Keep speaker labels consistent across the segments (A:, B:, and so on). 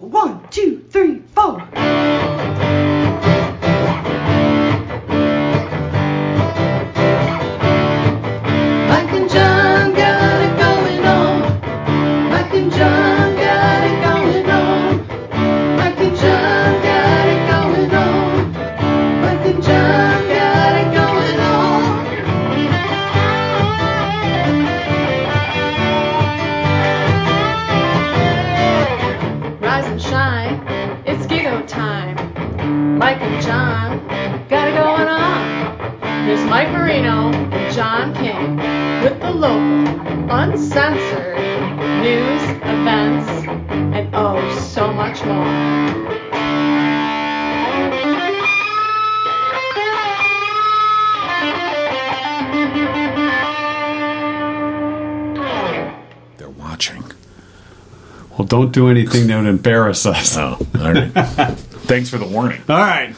A: One, two, three, four. Mike and John got it going on. Mike and John got it going on. Mike and John got it going on. Mike and John got it going on. Rise and shine, it's Gigo time. Mike and John got it going on. Here's Mike Marino and John King with the local, uncensored news, events, and oh, so much more.
B: They're watching.
C: Well, don't do anything that would embarrass us.
B: Oh, all right. Thanks for the warning.
C: All right.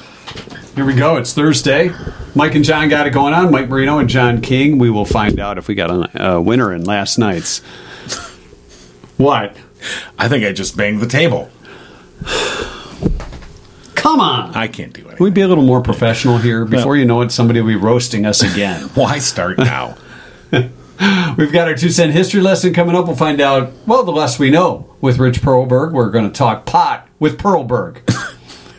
C: Here we go. It's Thursday. Mike and John got it going on. Mike Marino and John King. We will find out if we got a uh, winner in last night's. What?
B: I think I just banged the table.
C: Come on.
B: I can't do it.
C: We'd be a little more professional here. Before you know it, somebody will be roasting us again.
B: Why start now?
C: We've got our two cent history lesson coming up. We'll find out, well, the less we know with Rich Perlberg. We're going to talk pot with Perlberg.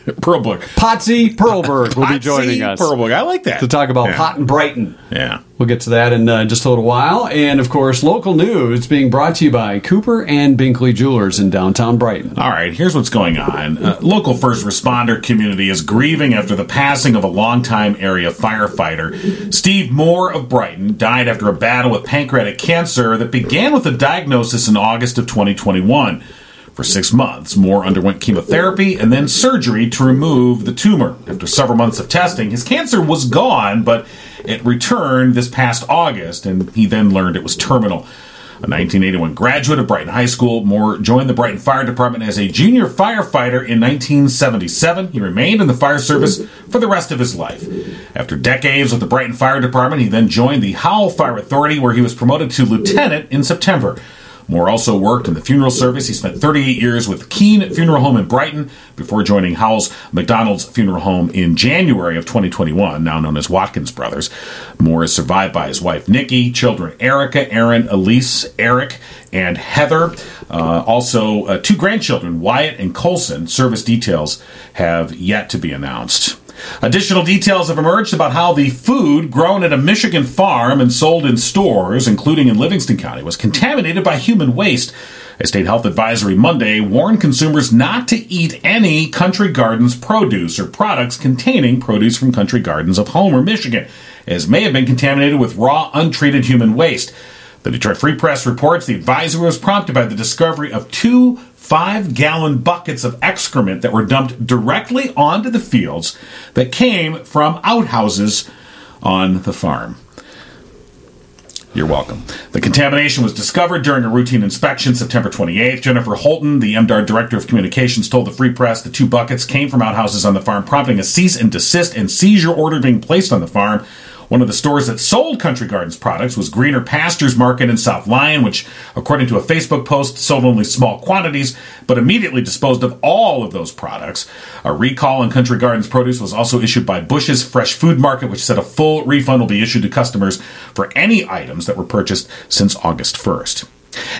B: Pearlbrook.
C: Potsy Perlberg will be joining us
B: Pearlbrook. I like that.
C: to talk about
B: yeah.
C: pot in Brighton.
B: Yeah.
C: We'll get to that in uh, just a little while. And of course, local news being brought to you by Cooper and Binkley Jewelers in downtown Brighton.
B: All right, here's what's going on. Uh, local first responder community is grieving after the passing of a longtime area firefighter. Steve Moore of Brighton died after a battle with pancreatic cancer that began with a diagnosis in August of 2021. For six months, Moore underwent chemotherapy and then surgery to remove the tumor. After several months of testing, his cancer was gone, but it returned this past August, and he then learned it was terminal. A 1981 graduate of Brighton High School, Moore joined the Brighton Fire Department as a junior firefighter in 1977. He remained in the fire service for the rest of his life. After decades with the Brighton Fire Department, he then joined the Howell Fire Authority, where he was promoted to lieutenant in September. Moore also worked in the funeral service. He spent 38 years with Keene Funeral Home in Brighton before joining Howell's McDonald's Funeral Home in January of 2021, now known as Watkins Brothers. Moore is survived by his wife Nikki, children Erica, Aaron, Elise, Eric, and Heather. Uh, also, uh, two grandchildren, Wyatt and Colson. Service details have yet to be announced. Additional details have emerged about how the food grown at a Michigan farm and sold in stores, including in Livingston County, was contaminated by human waste. A state health advisory Monday warned consumers not to eat any Country Gardens produce or products containing produce from Country Gardens of Homer, Michigan, as may have been contaminated with raw, untreated human waste. The Detroit Free Press reports the advisory was prompted by the discovery of two five gallon buckets of excrement that were dumped directly onto the fields that came from outhouses on the farm. You're welcome. The contamination was discovered during a routine inspection September 28th. Jennifer Holton, the MDAR director of communications, told the Free Press the two buckets came from outhouses on the farm, prompting a cease and desist and seizure order being placed on the farm. One of the stores that sold Country Gardens products was Greener Pastures Market in South Lyon, which, according to a Facebook post, sold only small quantities but immediately disposed of all of those products. A recall on Country Gardens produce was also issued by Bush's Fresh Food Market, which said a full refund will be issued to customers for any items that were purchased since August 1st.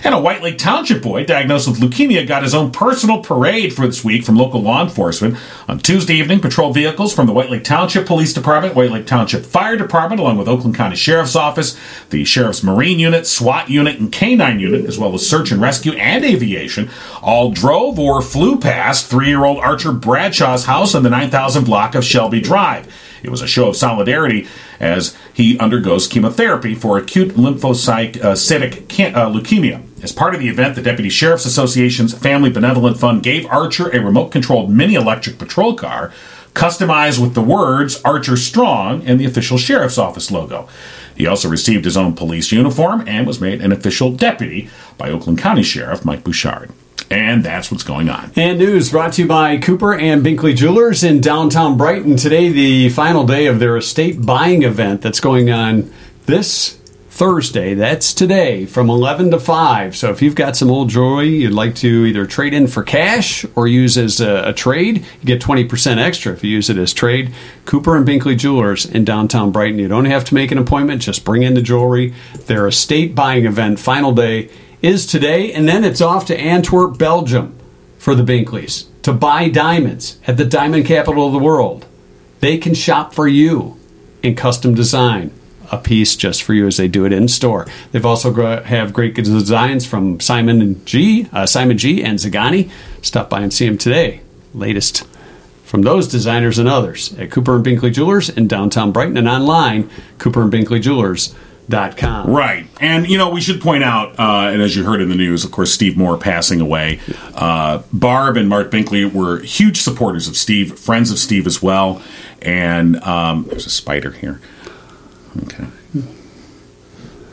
B: And a White Lake Township boy diagnosed with leukemia got his own personal parade for this week from local law enforcement. On Tuesday evening, patrol vehicles from the White Lake Township Police Department, White Lake Township Fire Department, along with Oakland County Sheriff's Office, the Sheriff's Marine Unit, SWAT Unit, and K-9 Unit, as well as Search and Rescue and Aviation, all drove or flew past three-year-old Archer Bradshaw's house on the 9,000 block of Shelby Drive. It was a show of solidarity as he undergoes chemotherapy for acute lymphocytic can- uh, leukemia. As part of the event, the Deputy Sheriff's Association's Family Benevolent Fund gave Archer a remote controlled mini electric patrol car customized with the words Archer Strong and the official Sheriff's Office logo. He also received his own police uniform and was made an official deputy by Oakland County Sheriff Mike Bouchard. And that's what's going on.
C: And news brought to you by Cooper and Binkley Jewelers in downtown Brighton. Today, the final day of their estate buying event that's going on this Thursday. That's today from 11 to 5. So if you've got some old jewelry you'd like to either trade in for cash or use as a, a trade, you get 20% extra if you use it as trade. Cooper and Binkley Jewelers in downtown Brighton. You don't have to make an appointment, just bring in the jewelry. Their estate buying event, final day, is today, and then it's off to Antwerp, Belgium for the Binkleys to buy diamonds at the diamond capital of the world. They can shop for you in custom design, a piece just for you as they do it in store. They've also gr- have great designs from Simon and G, uh, Simon G and Zagani. Stop by and see them today. Latest from those designers and others at Cooper and Binkley Jewelers in downtown Brighton and online cooperandbinkleyjewelers.com.
B: Right. And, you know, we should point out, uh, and as you heard in the news, of course, Steve Moore passing away. Uh, Barb and Mark Binkley were huge supporters of Steve, friends of Steve as well. And um, there's a spider here. Okay.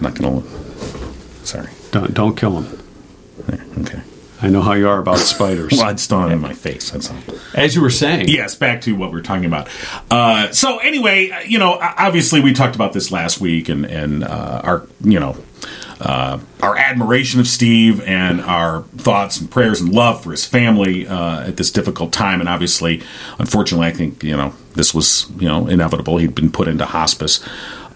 B: Not going to look. Sorry.
C: Don't, don't kill them.
B: There, Okay.
C: I know how you are about spiders.
B: Well, it's not in my face. That's all.
C: As you were saying,
B: yes, back to what we were talking about. Uh, so anyway, uh, you know, o- obviously we talked about this last week, and and uh, our you know uh, our admiration of Steve and our thoughts and prayers and love for his family uh, at this difficult time, and obviously, unfortunately, I think you know this was you know inevitable. He'd been put into hospice,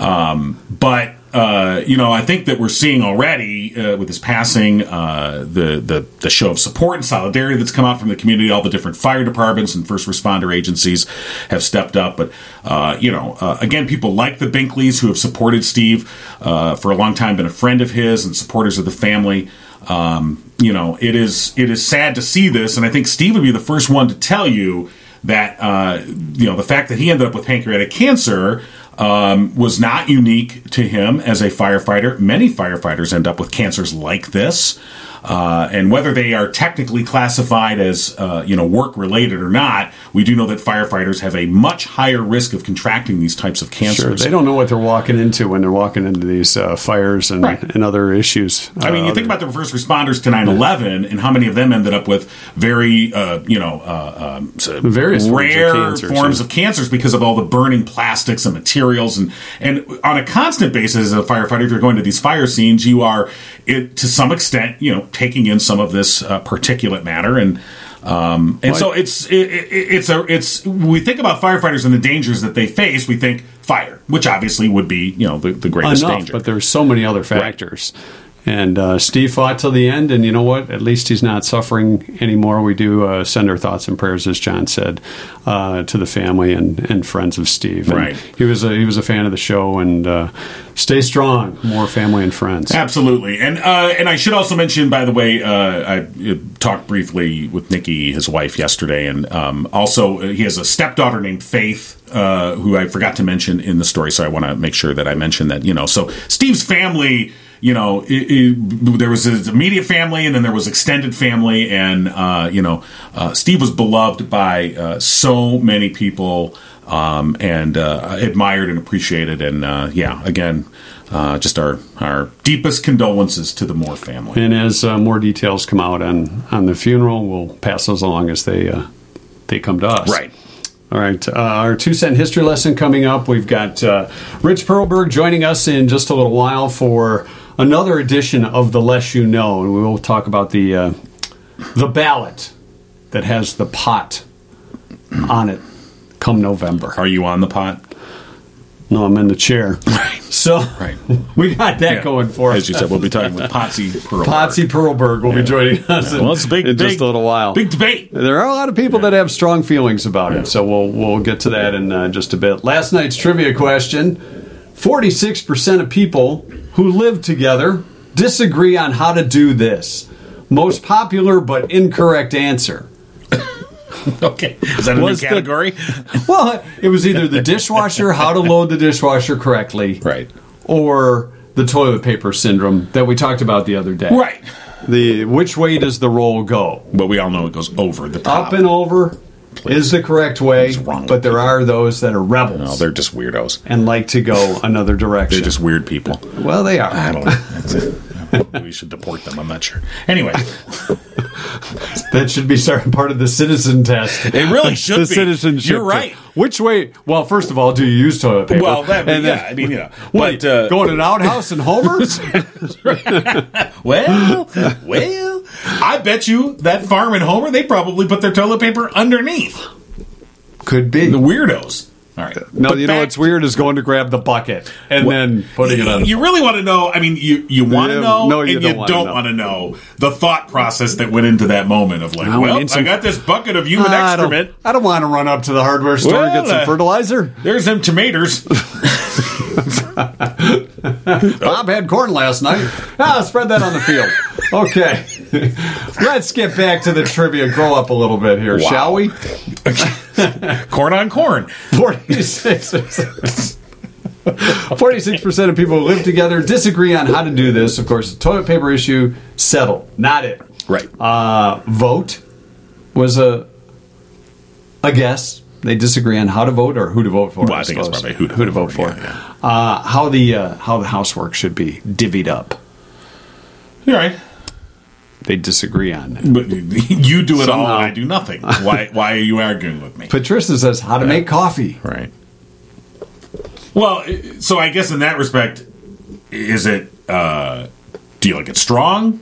B: um, but. Uh, you know, I think that we're seeing already uh, with his passing uh, the, the the show of support and solidarity that's come out from the community. All the different fire departments and first responder agencies have stepped up. But uh, you know, uh, again, people like the Binkleys who have supported Steve uh, for a long time, been a friend of his and supporters of the family. Um, you know, it is it is sad to see this, and I think Steve would be the first one to tell you that uh, you know the fact that he ended up with pancreatic cancer um, was not unique to him as a firefighter. Many firefighters end up with cancers like this, uh, and whether they are technically classified as uh, you know work related or not, we do know that firefighters have a much higher risk of contracting these types of cancers.
C: Sure, they don't know what they're walking into when they're walking into these uh, fires and,
B: Right.
C: and other issues.
B: I mean, you think about the first responders to 9/11, and how many of them ended up with very, uh, you know, uh, um, so
C: Various forms of
B: rare forms,
C: cancers,
B: of,
C: yeah.
B: cancers because of all the burning plastics and materials, and and on a constant basis as a firefighter, if you're going to these fire scenes, you are, it, to some extent, you know, taking in some of this uh, particulate matter and. Um, and so it's it, it, it's a it's we think about firefighters and the dangers that they face. We think fire, which obviously would be you know the, the greatest
C: Uh, enough,
B: danger.
C: but there's so many other factors. And uh, Steve fought till the end, and you know what? At least he's not suffering anymore. We do uh, send our thoughts and prayers, as John said, uh, to the family and, and friends of Steve. And
B: Right.
C: He was a, he was a fan of the show, and uh, stay strong, more family and friends.
B: Absolutely, and uh, and I should also mention, by the way, uh, I uh, talked briefly with Nikki, his wife, yesterday, and um, also uh, he has a stepdaughter named Faith, uh, who I forgot to mention in the story. So I want to make sure that I mention that. You know, so Steve's family. You know, i i there was his immediate family, and then there was extended family, and uh, you know, uh, Steve was beloved by uh, so many people, um, and uh, admired and appreciated, and uh, yeah, again, uh, just our our deepest condolences to the Moore family.
C: And as uh, more details come out on, on the funeral, we'll pass those along as they uh, they come to us. All right, uh, our two cent history lesson coming up. We've got uh, Rich Perlberg joining us in just a little while for another edition of the Less You Know, and we will talk about the uh, the ballot that has the pot on it come November.
B: Are you on the pot?
C: No, I'm in the chair, so
B: Right.
C: we got that going for
B: As
C: us.
B: you said, we'll be talking with Potsy Pearl.
C: Potsy Perlberg will be joining us. in-
B: Well, it's a big,
C: in just
B: big-
C: a little while.
B: Big debate.
C: There are a lot of people that have strong feelings about it, so we'll we'll get to that in uh, just a bit. Last night's trivia question: forty-six percent of people who live together disagree on how to do this. Most popular but incorrect answer.
B: Okay. Is that a
C: What's
B: new
C: the-
B: category?
C: Well, it was either the dishwasher, how to load the dishwasher correctly,
B: Right.
C: or the toilet paper syndrome that we talked about the other day.
B: Right.
C: The which way does the roll go?
B: But we all know it goes over the top.
C: Up and over is the correct way,
B: wrong
C: but there are those that are rebels.
B: no, they're just weirdos.
C: and like to go another direction.
B: They're just weird people.
C: well, they are.
B: I don't know. we should deport them. I'm not sure. Anyway,
C: That should be sort of part of the citizen test.
B: it really should
C: the
B: be.
C: citizenship.
B: You're
C: test.
B: right.
C: Which way? Well, first of all, do you use toilet paper?
B: Well, that,
C: And
B: yeah,
C: then-
B: I mean, you know,
C: Wait,
B: but uh,
C: go to an outhouse in Homer's?
B: well, well, I bet you that farm in Homer they probably put their toilet paper underneath
C: Could be.
B: the weirdos. All right.
C: No,
B: But
C: you know
B: back-
C: what's weird is going to grab the bucket and then putting it on.
B: You really want to know? I mean, you you want to
C: Yeah,
B: know,
C: no, you
B: and
C: don't
B: you
C: wanna
B: don't
C: know.
B: want to know the thought process that went into that moment of like,
C: I
B: well,
C: need some-
B: I got this bucket of human
C: I don't,
B: excrement.
C: I don't want to run up to the hardware store and
B: Well,
C: get some
B: uh,
C: fertilizer.
B: There's them tomatoes.
C: Bob had corn last night. Ah, spread that on the field. Okay. Let's get back to the trivia. Grow up a little bit here,
B: Wow.
C: shall we?
B: corn on corn.
C: 46 percent of people who live together disagree on how to do this. Of course, the toilet paper issue settled. Not it.
B: Right.
C: Uh, vote was a a guess. They disagree on how to vote or who to vote for.
B: Well, I think it's
C: suppose.
B: probably who to vote
C: vote for.
B: for, yeah,
C: Uh, how the uh, how the housework should be divvied up.
B: You're right.
C: They disagree on that.
B: But you do it all,
C: Somehow.
B: and I do nothing. Why? Why are you arguing with me?
C: Patricia says how to make coffee.
B: Right. Well, so I guess in that respect, is it? uh Do you like it strong?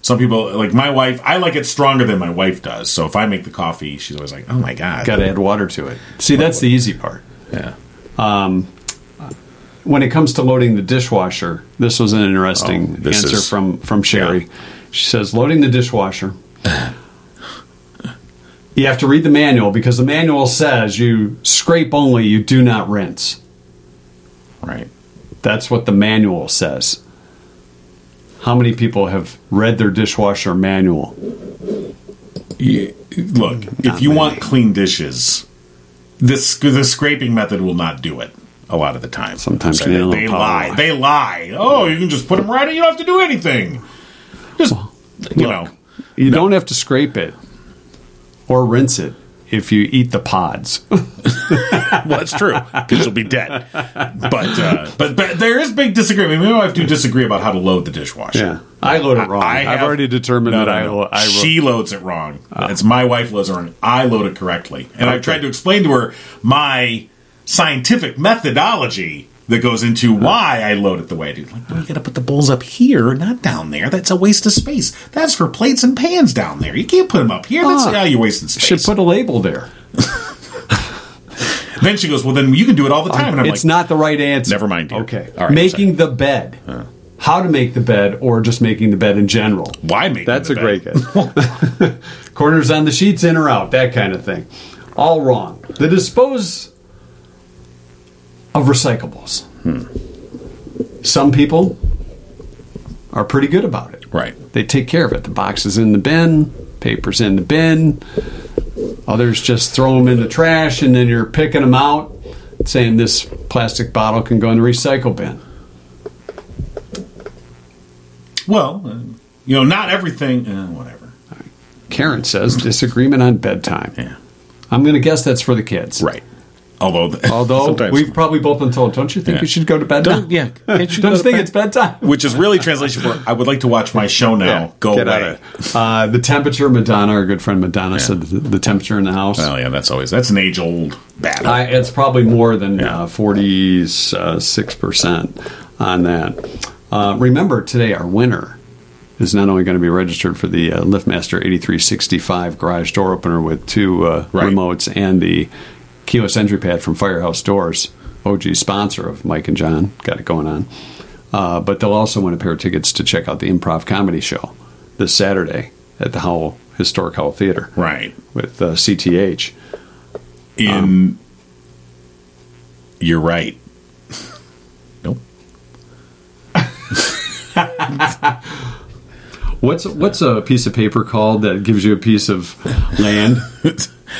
B: Some people like my wife. I like it stronger than my wife does. So if I make the coffee, she's always like, "Oh my god!"
C: Got to add water to it. See, that's the easy part.
B: Yeah.
C: when it comes to loading the dishwasher, this was an interesting
B: Oh, this
C: answer
B: is-
C: from from Sherry.
B: yeah.
C: She says, loading the dishwasher. you have to read the manual because the manual says you scrape only, you do not rinse.
B: Right.
C: That's what the manual says. How many people have read their dishwasher manual?
B: Yeah, Look, if you want clean dishes, this the scraping method will not do it. A lot of the time,
C: Sometimes
B: So
C: they
B: they,
C: don't
B: they
C: power
B: lie.
C: wash.
B: They lie. Oh, you can just put them right, and you don't have to do anything. Just you know,
C: You don't have to scrape it or rinse it if you eat the pods.
B: well, it's true because you'll be dead. But, uh, but but there is big disagreement. Me and my wife do disagree about how to load the dishwasher.
C: I load it wrong. I, have
B: have-
C: already determined
B: No,
C: that
B: no, no.
C: I, lo- Ah. I wrote-
B: she loads it wrong. it's my wife loads it wrong. I load it correctly, and I've tried to explain to her my scientific methodology that goes into
C: Uh-huh.
B: why I load it the way I do. Like, no, you got to put the bowls up here, not down there. That's a waste of space. That's for plates and pans down there. You can't put them up here. That's
C: Ah.
B: how you're wasting space.
C: should put a label there.
B: then she goes, "Well, then you can do it all the time." And I'm
C: it's
B: like,
C: not the right answer.
B: Never mind, dear.
C: Okay.
B: All right,
C: making the bed. How to make the bed, or just making the bed in general.
B: "Why make?"
C: That's a
B: them the
C: great
B: bed?
C: guess. Corners on the sheets, in or out, that kind of thing. All wrong. The dispose of recyclables.
B: Hmm.
C: Some people are pretty good about it.
B: Right.
C: They take care of it. The box is in the bin, papers in the bin. Others just throw them in the trash, and then you're picking them out, saying this plastic bottle can go in the recycle bin.
B: Well, uh, you know, not everything. Uh, whatever.
C: Karen says disagreement on bedtime.
B: Hmm. Yeah.
C: I'm going to guess that's for the kids.
B: Right. Although,
C: Although
B: sometimes-
C: we've probably both been told, don't you think
B: Yeah.
C: you should go to bed
B: Don't- yeah,
C: now?
B: it should
C: don't
B: go
C: you
B: to
C: think
B: bed.
C: it's bedtime?
B: which is really translation for I would like to watch my show now. Go
C: Get out
B: away.
C: of- Uh, the temperature, Madonna, our good friend Madonna said the, the temperature in the house.
B: Well, yeah, that's always that's an age old battle.
C: I, it's probably more than uh, 46% on that. Uh, remember, today our winner is not only going to be registered for the uh, LiftMaster 8365 garage door opener with two uh,
B: Right.
C: remotes and the keyless entry pad from Firehouse Doors, OG sponsor of Mike and John. Got it going on. Uh, but they'll also win a pair of tickets to check out the improv comedy show this Saturday at the Howell Historic Howell Theater
B: right.
C: with uh, CTH.
B: In
C: Um,
B: you're right. Nope.
C: What's what's a piece of paper called that gives you a piece of land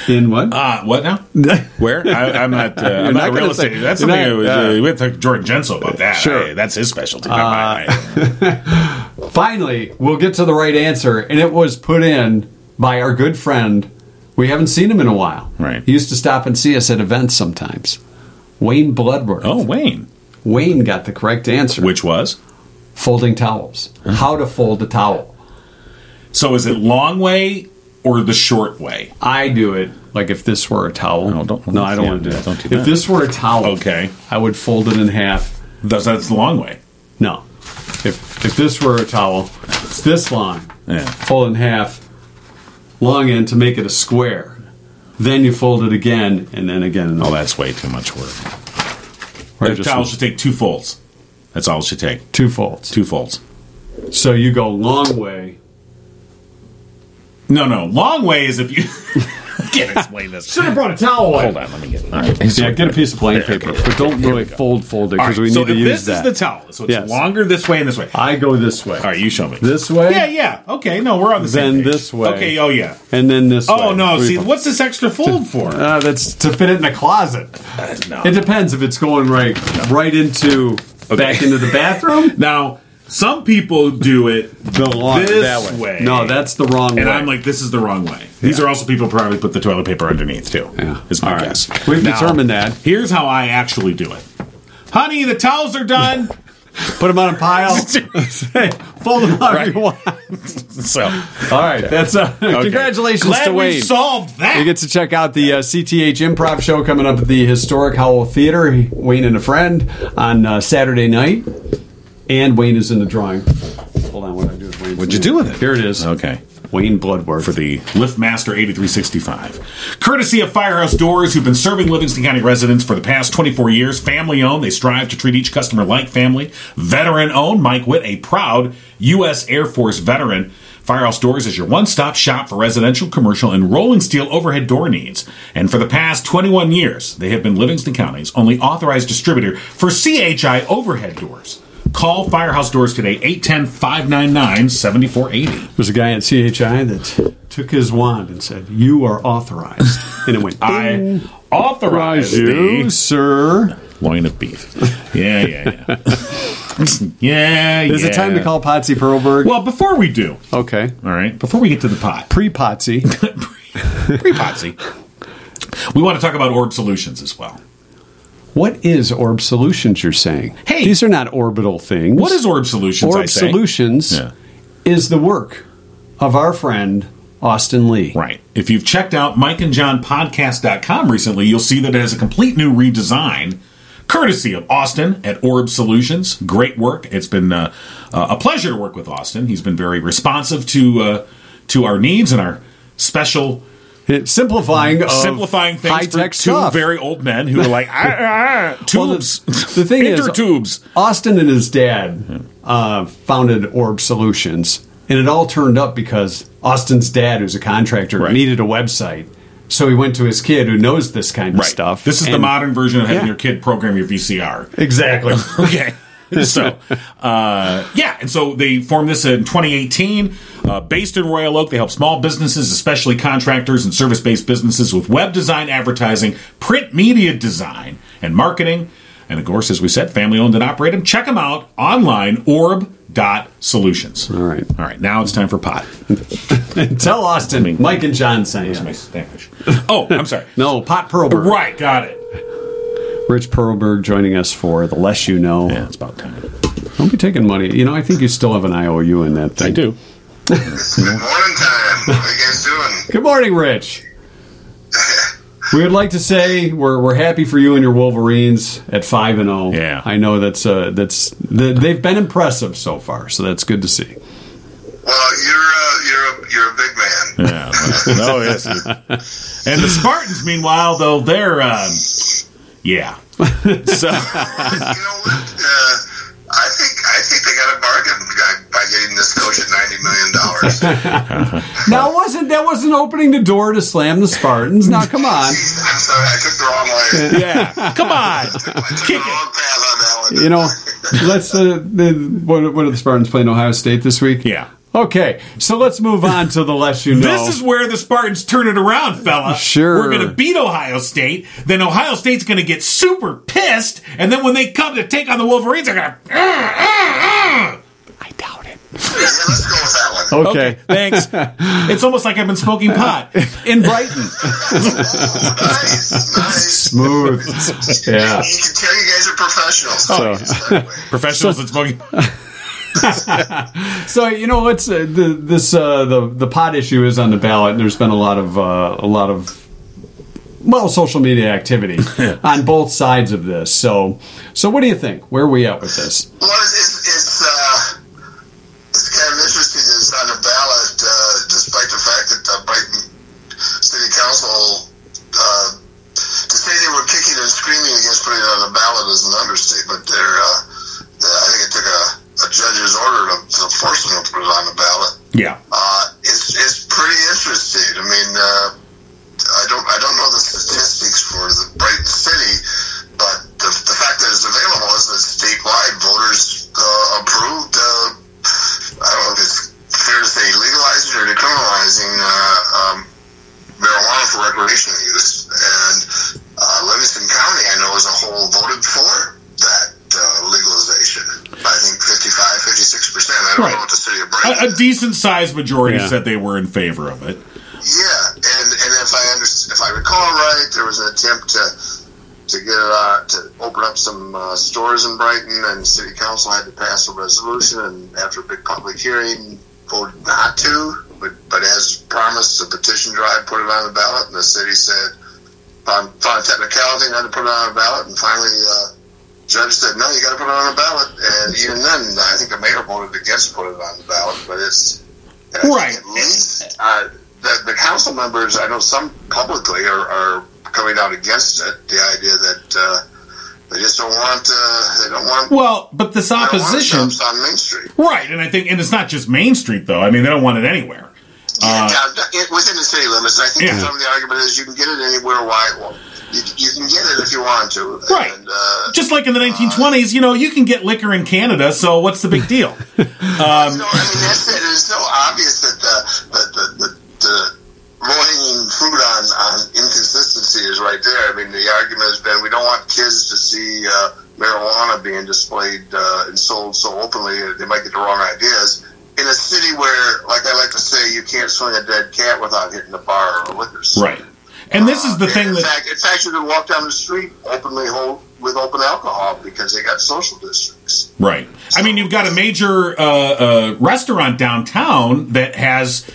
C: in what?
B: Uh, what now? Where? I, I'm not. Uh, I'm
C: not
B: not, a
C: gonna
B: real
C: say-
B: estate. that's
C: you're
B: something
C: not-
B: we-
C: yeah.
B: we have to talk to Jordan Gensel about that.
C: Sure. Uh,
B: Hey, that's his specialty. not mine. I-
C: Finally, we'll get to the right answer, and it was put in by our good friend. We haven't seen him in a while.
B: Right.
C: He used to stop and see us at events sometimes. Wayne Bloodworth.
B: oh, Wayne,
C: Wayne got the correct answer.
B: which was
C: folding towels. How to fold a towel.
B: So is it long way or the short way?
C: I do it like if this were a towel.
B: No, don't-
C: no I don't
B: yeah,
C: want to do that.
B: don't do
C: If
B: that.
C: this were a towel,
B: Okay.
C: I would fold it in half.
B: That's, that's the long way.
C: No. If if this were a towel, it's this long.
B: Yeah.
C: Fold it in half, long end to make it a square. Then you fold it again and then again and all
B: Oh,
C: that.
B: that's way too much work.
C: Or
B: the
C: just
B: towel should take two folds. That's all it should take.
C: two folds.
B: Two folds.
C: So you go long way.
B: No, no. Long way is if you can't explain this.
C: Should have brought a towel.
B: Hold on, let me get. All right.
C: Yeah, get a piece of plain paper, but don't really fold fold it
B: All right,
C: because we need
B: so
C: to
B: if
C: use
B: this is
C: that.
B: the towel, so it's
C: Yes.
B: longer this way and this way. All
C: I go this way,
B: right, you show me.
C: this way,
B: yeah, yeah. Okay, no, we're on the same.
C: Then
B: page.
C: this way.
B: Okay. Oh yeah.
C: and then this.
B: Oh
C: way.
B: no.
C: Three
B: See,
C: fold-
B: what's this extra fold for?
C: Uh, that's to fit it in the closet.
B: No.
C: It depends if it's going right right into back into the bathroom.
B: Now, some people do it
C: the long
B: This way.
C: No, that's the wrong
B: And
C: way.
B: I'm like, this is the wrong way. These are also people probably put the toilet paper underneath too.
C: Yeah.
B: Is my
C: All right.
B: guess.
C: We've
B: Now,
C: determined that.
B: Here's how I actually do it. Honey, the towels are done.
C: Put them on a pile. Say, fold them however
B: Right.
C: you want.
B: so
C: All right, that's uh,
B: okay.
C: congratulations
B: Glad
C: to
B: we
C: Wayne.
B: solved that.
C: You get to check out the uh, CTH Improv Show coming up at the historic Howell Theater. Wayne and a friend on uh, Saturday night, and Wayne is in the drawing. Hold on, what I do with Wayne?
B: What'd you do with it?
C: Here it is.
B: okay.
C: Wayne Bloodworth.
B: For the LiftMaster 8365. Courtesy of Firehouse Doors, who've been serving Livingston County residents for the past 24 years, family owned, they strive to treat each customer like family. Veteran owned, Mike Witt, a proud U.S. Air Force veteran. Firehouse Doors is your one stop shop for residential, commercial, and rolling steel overhead door needs. And for the past 21 years, they have been Livingston County's only authorized distributor for CHI overhead doors. Call Firehouse Doors today, 810 599 7480.
C: There's a guy at CHI that took his wand and said, "You are authorized," and it went.
B: I authorize
C: you,
B: the
C: sir.
B: loin of beef. Yeah, yeah, yeah. yeah,
C: Is
B: yeah.
C: it time to call Potsy Perlberg?
B: Well, before we do,
C: okay.
B: all right, before we get to the pot,
C: Pre-Potsy.
B: pre potsy, we want to talk about Orb Solutions as well.
C: what is Orb Solutions? You're saying?
B: Hey.
C: these are not orbital things.
B: What is Orb Solutions? I
C: Orb
B: say?
C: Solutions
B: Yeah.
C: is the work of our friend Austin Lee.
B: Right. If you've checked out MikeandJohnPodcast.com recently, you'll see that it has a complete new redesign, courtesy of Austin at Orb Solutions. Great work. It's been uh, uh, a pleasure to work with Austin. He's been very responsive to uh, to our needs and our special uh,
C: Simplifying of
B: simplifying things for
C: high-tech
B: two
C: stuff.
B: very old men who are like "Ah, ah, ah,
C: Well,
B: tubes.
C: the thing is-
B: tubes.
C: Austin and his dad uh, founded Orb Solutions, and it all turned up because Austin's dad, who's a contractor,
B: Right.
C: needed a website. So he went to his kid, who knows this kind of
B: Right.
C: uh, stuff.
B: This is the
C: and-
B: modern version of having
C: Yeah.
B: your kid program your VCR.
C: Exactly.
B: okay. so, uh, yeah, and so they formed this in 2018. Uh, based in Royal Oak, they help small businesses, especially contractors and service based businesses, with web design, advertising, print media design, and marketing. And of course, as we said, family owned and operated. Check them out online, orb.solutions. All
C: right.
B: All right, now it's time for pot.
C: Tell Austin, Mike and John sent
B: That's my
C: you.
B: Spanish. Oh, I'm sorry.
C: No, Pot Perlberg.
B: Right, got it.
C: Rich Perlberg joining us for The Less You Know.
B: Yeah, it's about time.
C: Don't be taking money. You know, I think you still have an IOU in that thing.
D: Morning time. How you guys doing?
C: Good morning, Rich. We would like to say we're, we're happy for you and your Wolverines at five and zero.
B: Yeah.
C: I know that's uh, that's the, they've been impressive so far, so that's good to see.
D: Well, you're a, you're a, you're a big man.
B: Yeah. well, no, yes. And the Spartans, meanwhile, though, they're, um, yeah. So,
D: You know what? Uh, I think I think they got a bargain by- by getting this coach at ninety million dollars.
C: Now it wasn't that wasn't opening the door to slam the Spartans? Now come on,
D: I'm sorry, I took the wrong way.
B: yeah. Come on.
D: I took
B: Kick
D: the
B: it.
D: wrong path on that one.
C: you know. Let's uh, the, what, what are the Spartans playing Ohio State this week?
B: Yeah.
C: Okay, so let's move on to the less you know.
B: This is where the Spartans turn it around, fella.
C: Sure.
B: We're going to beat Ohio State. Then Ohio State's going to get super pissed. And then when they come to take on the Wolverines, they're uh, going to. uh.
C: I doubt it.
D: Yeah, let's go with that one.
C: okay.
B: Thanks. it's almost like I've been smoking pot.
C: in Brighton.
D: Nice, nice.
C: Smooth. Yeah.
D: You can tell you guys are professionals.
C: So-
D: Anyway.
B: Professionals and smoking pot.
C: So you know, it's uh, the, this uh, the the pot issue is on the ballot. And there's been a lot of uh, a lot of well social media activity on both sides of this. So so what do you think? Where are we at with this?
D: Well, it's, it's, it's, uh, it's kind of interesting that it's on the ballot, uh, despite the fact that the Brighton City Council, uh, to say they were kicking and screaming against putting it on the ballot is an understatement. They're, uh, the- I think it took a, a judge's order to, to force them to put it on the ballot.
B: Yeah.
D: Uh, it's, it's pretty interesting. I mean, uh, I don't I don't know the statistics for the Brighton City, but the, the fact that it's available is that statewide voters uh, approved. Uh, I don't know if it's fair to say legalizing or decriminalizing uh, um, marijuana for recreational use, and uh, Livingston County I know as a whole voted for that uh, legalization. I think 55, 56 percent. I don't
B: Right.
D: know what the city of Brighton.
B: A, a decent sized majority
C: Yeah.
B: said they were in favor of it.
D: Yeah, and, and if I under, if I recall right, there was an attempt to to get uh, to open up some uh, stores in Brighton, and the city council had to pass a resolution, and after a big public hearing, voted not to. But but as promised, the petition drive put it on the ballot, and the city said, found, found technicality not to put it on the ballot, and finally. Uh, Judge said, "No, you got to put it on the ballot." And even then, I think the mayor voted against putting it on the ballot. But it's I think
B: Right.
D: At least uh, the, the council members, I know some publicly are, are coming out against it. The idea that uh, they just don't want uh, they don't want
B: Well, but this
D: they don't want
B: opposition.
D: shops on Main Street.
B: Right. And I think, and it's not just Main Street, though. I mean, they don't want it anywhere.
D: yeah, it, within the city limits. And I think
B: Uh, Yeah.
D: some of the argument is you can get it anywhere. Why? Well, you, you can get it if you want to.
B: Right.
D: And, uh,
B: Just like in the 1920s, you know, you can get liquor in Canada, so what's the big deal?
D: no, I mean that's it. It's so obvious that the the the, the, the low-hanging fruit on, on inconsistency is right there. I mean, the argument has been we don't want kids to see uh, marijuana being displayed uh, and sold so openly; uh, they might get the wrong ideas. In a city where, like I like to say, you can't swing a dead cat without hitting a bar or a liquor store.
B: right. And this is the
D: And
B: thing
D: in
B: that.
D: fact, in fact, you could walk down the street openly hold, with open alcohol because they got social districts.
B: Right. I mean, you've got a major uh, uh, restaurant downtown that has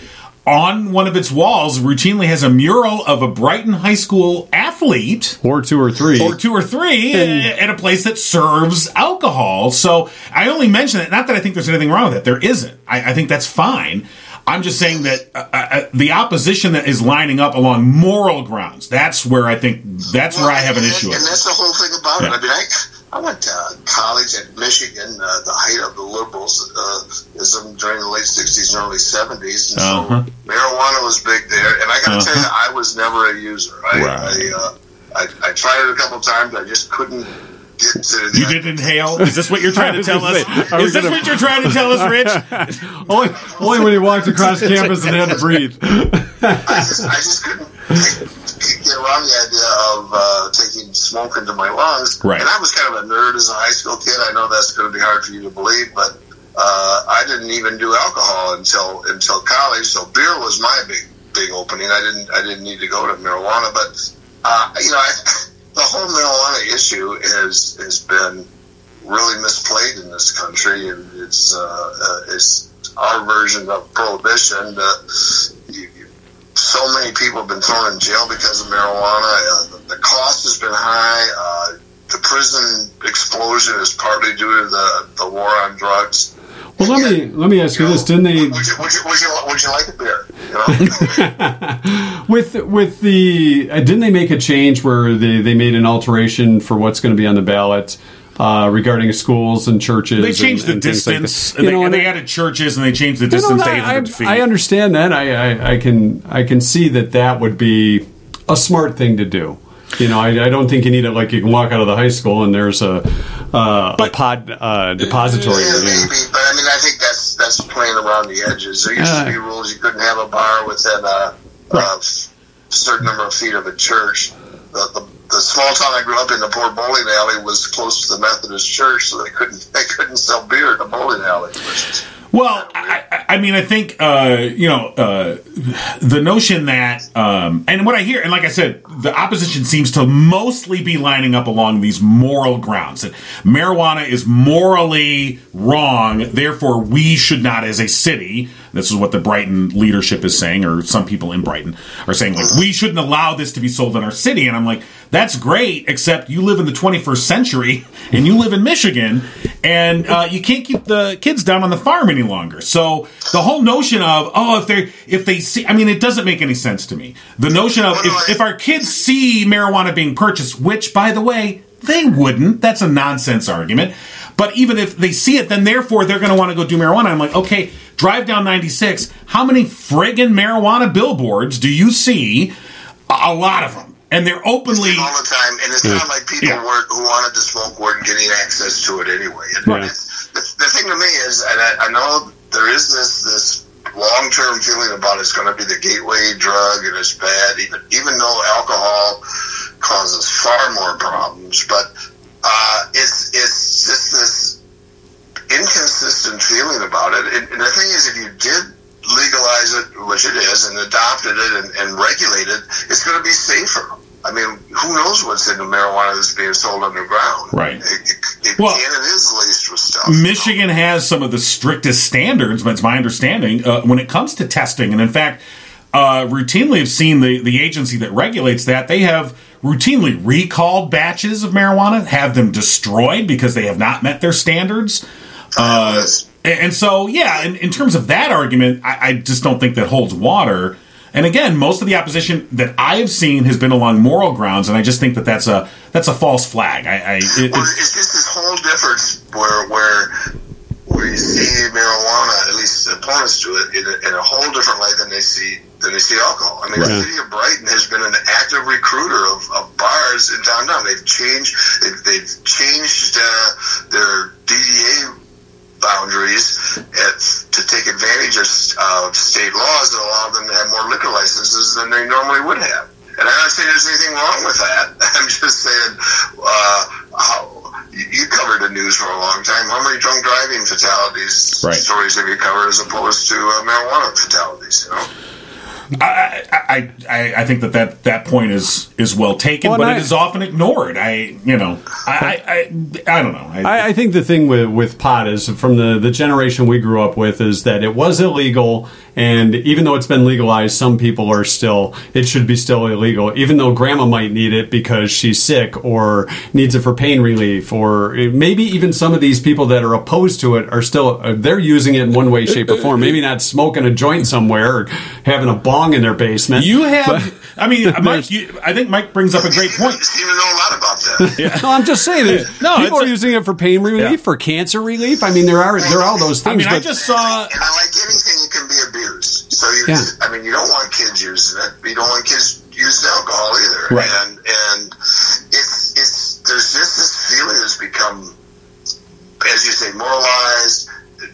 B: on one of its walls routinely has a mural of a Brighton High School athlete
C: Or two or three?
B: or two or three a- at a place that serves alcohol. So I only mention it, not that I think there's anything wrong with it. There isn't. I, I think that's fine. I'm just saying that uh, uh, uh, the opposition that is lining up along moral grounds, that's where I think, that's where I have an
D: and
B: issue
D: That,
B: with.
D: and that's the whole thing about
B: Yeah.
D: it. I mean, I, I went to college at Michigan, uh, the height of the liberalism during the late 60s and early 70s. And
B: Uh-huh.
D: So marijuana was big there. And I got to tell you, I was never a user. I,
B: Right.
D: I, uh, I, I tried it a couple times. I just couldn't get to the.
B: You did inhale? Is this what you're trying to
C: was
B: tell
C: gonna
B: us?
C: say, are we
B: Is this
C: gonna-
B: what you're trying to tell us, Rich?
C: only, only when he walked across campus and had to breathe.
D: I just, I just couldn't take- get around the idea of uh, taking smoke into my lungs.
B: Right.
D: And I was kind of a nerd as a high school kid. I know that's going to be hard for you to believe, but uh, I didn't even do alcohol until until college. So beer was my big big opening. I didn't I didn't need to go to marijuana, but uh, you know I, the whole marijuana issue has has been really misplayed in this country, and it's uh, uh, it's our version of prohibition. Uh, you, you, so many people have been thrown in jail because of marijuana. Uh, the, the cost has been high. Uh, the prison explosion is partly due to the, the war on drugs.
C: Well, let me let me ask you this: Didn't they
D: Would you, would you, would you, would you like a beer? You know?
C: with with the uh, didn't they make a change where they, they made an alteration for what's going to be on the ballot uh, regarding schools and churches?
B: They changed the
C: and- and things like
B: distance.
C: that? You
B: they,
C: know,
B: and
C: and
B: they
C: I-
B: added churches and they changed the
C: you know,
B: distance to
C: and I-
B: 800 feet.
C: I, I understand that. I, I, I can I can see that that would be a smart thing to do. You know, I, I don't think you need it like you can walk out of the high school and there's a uh, a pod uh, depository.
D: yeah,
C: you know.
D: maybe. But I mean, I think that's that's playing around the edges. There used to be rules you couldn't have a bar within a, a certain number of feet of a church. The, the, the small town I grew up in, the poor bowling alley was close to the Methodist church, so they couldn't they couldn't sell beer at the bowling alley.
B: Well, I, I- I mean, I think uh, you know uh, the notion that, um, and what I hear, and like I said, the opposition seems to mostly be lining up along these moral grounds that marijuana is morally wrong, therefore we should not, as a city. This is what the Brighton leadership is saying, or some people in Brighton are saying, like we shouldn't allow this to be sold in our city. And I'm like, that's great, except you live in the 21st century and you live in Michigan, and uh, you can't keep the kids down on the farm any longer. So the whole notion of oh, if they if they see, I mean, it doesn't make any sense to me. The notion of if, if our kids see marijuana being purchased, which by the way they wouldn't, that's a nonsense argument. But even if they see it, then therefore they're going to want to go do marijuana. I'm like, okay, drive down 96. How many friggin' marijuana billboards do you see? A a lot of them, and they're openly
D: all the time, and it's not like people
B: Yeah.
D: weren't, who wanted to smoke weren't getting access to it anyway. And
C: Right.
D: it's, the, the thing to me is, and I, I know there is this this long term feeling about it's going to be the gateway drug and it's bad, even even though alcohol causes far more problems, but uh, it's it's just this inconsistent feeling about it. And, and the thing is, if you did legalize it, which it is, and adopted it and, and regulated, it's going to be safer. I mean, who knows what's in the marijuana that's being sold underground?
B: Right.
D: It, it, it
B: Well,
D: can and is laced with stuff.
B: Michigan has some of the strictest standards, but it's my understanding uh, when it comes to testing. And in fact, uh, routinely have seen the, the agency that regulates that they have routinely recalled batches of marijuana, have them destroyed because they have not met their standards. Uh, and and so, yeah, in, in terms of that argument, I, I just don't think that holds water. And again, most of the opposition that I've seen has been along moral grounds, and I just think that that's a that's a false flag. I, I it,
D: Well,
B: it's-
D: it's just this whole difference where where where you see marijuana, at least opponents to it, in a, in a whole different light than they see than they see alcohol. I mean, the city of Brighton has been an active recruiter of, of bars in downtown. They've changed they've, they've changed uh, their DDA boundaries at, to take advantage of uh, state laws that allow them to have more liquor licenses than they normally would have. And I'm not saying there's anything wrong with that. I'm just saying, uh, how, you- you covered the news for a long time. How many drunk driving fatalities
B: Right.
D: stories have you covered as opposed to uh, marijuana fatalities? You know?
B: I, I, I, I think that, that that point is is well taken,
C: Well, and
B: but
C: I-
B: it is often ignored. I you know I I, I, I don't know.
C: I, I think the thing with, with pot is from the, the generation we grew up with is that it was illegal, and even though it's been legalized, some people are still it should be still illegal. Even though grandma might need it because she's sick or needs it for pain relief, or maybe even some of these people that are opposed to it are still uh, they're using it in one way, shape, or form. Maybe not smoking a joint somewhere or having a bong in their basement.
B: you have. I mean, Mike. You, I think Mike brings up a great point.
D: You even know a lot about that.
C: No, I'm just saying that
B: No,
C: people
B: it's
C: are
B: a-
C: using it for pain relief,
B: Yeah.
C: for cancer relief. I mean, there are there are all those
B: I
C: things.
B: mean, I
C: but-
B: just saw.
D: and I like anything that can be abused. So you,
C: Yeah.
D: I mean, you don't want kids using it. You don't want kids using alcohol either.
B: Right.
D: And and it's it's there's just this feeling that's become, as you say, moralized.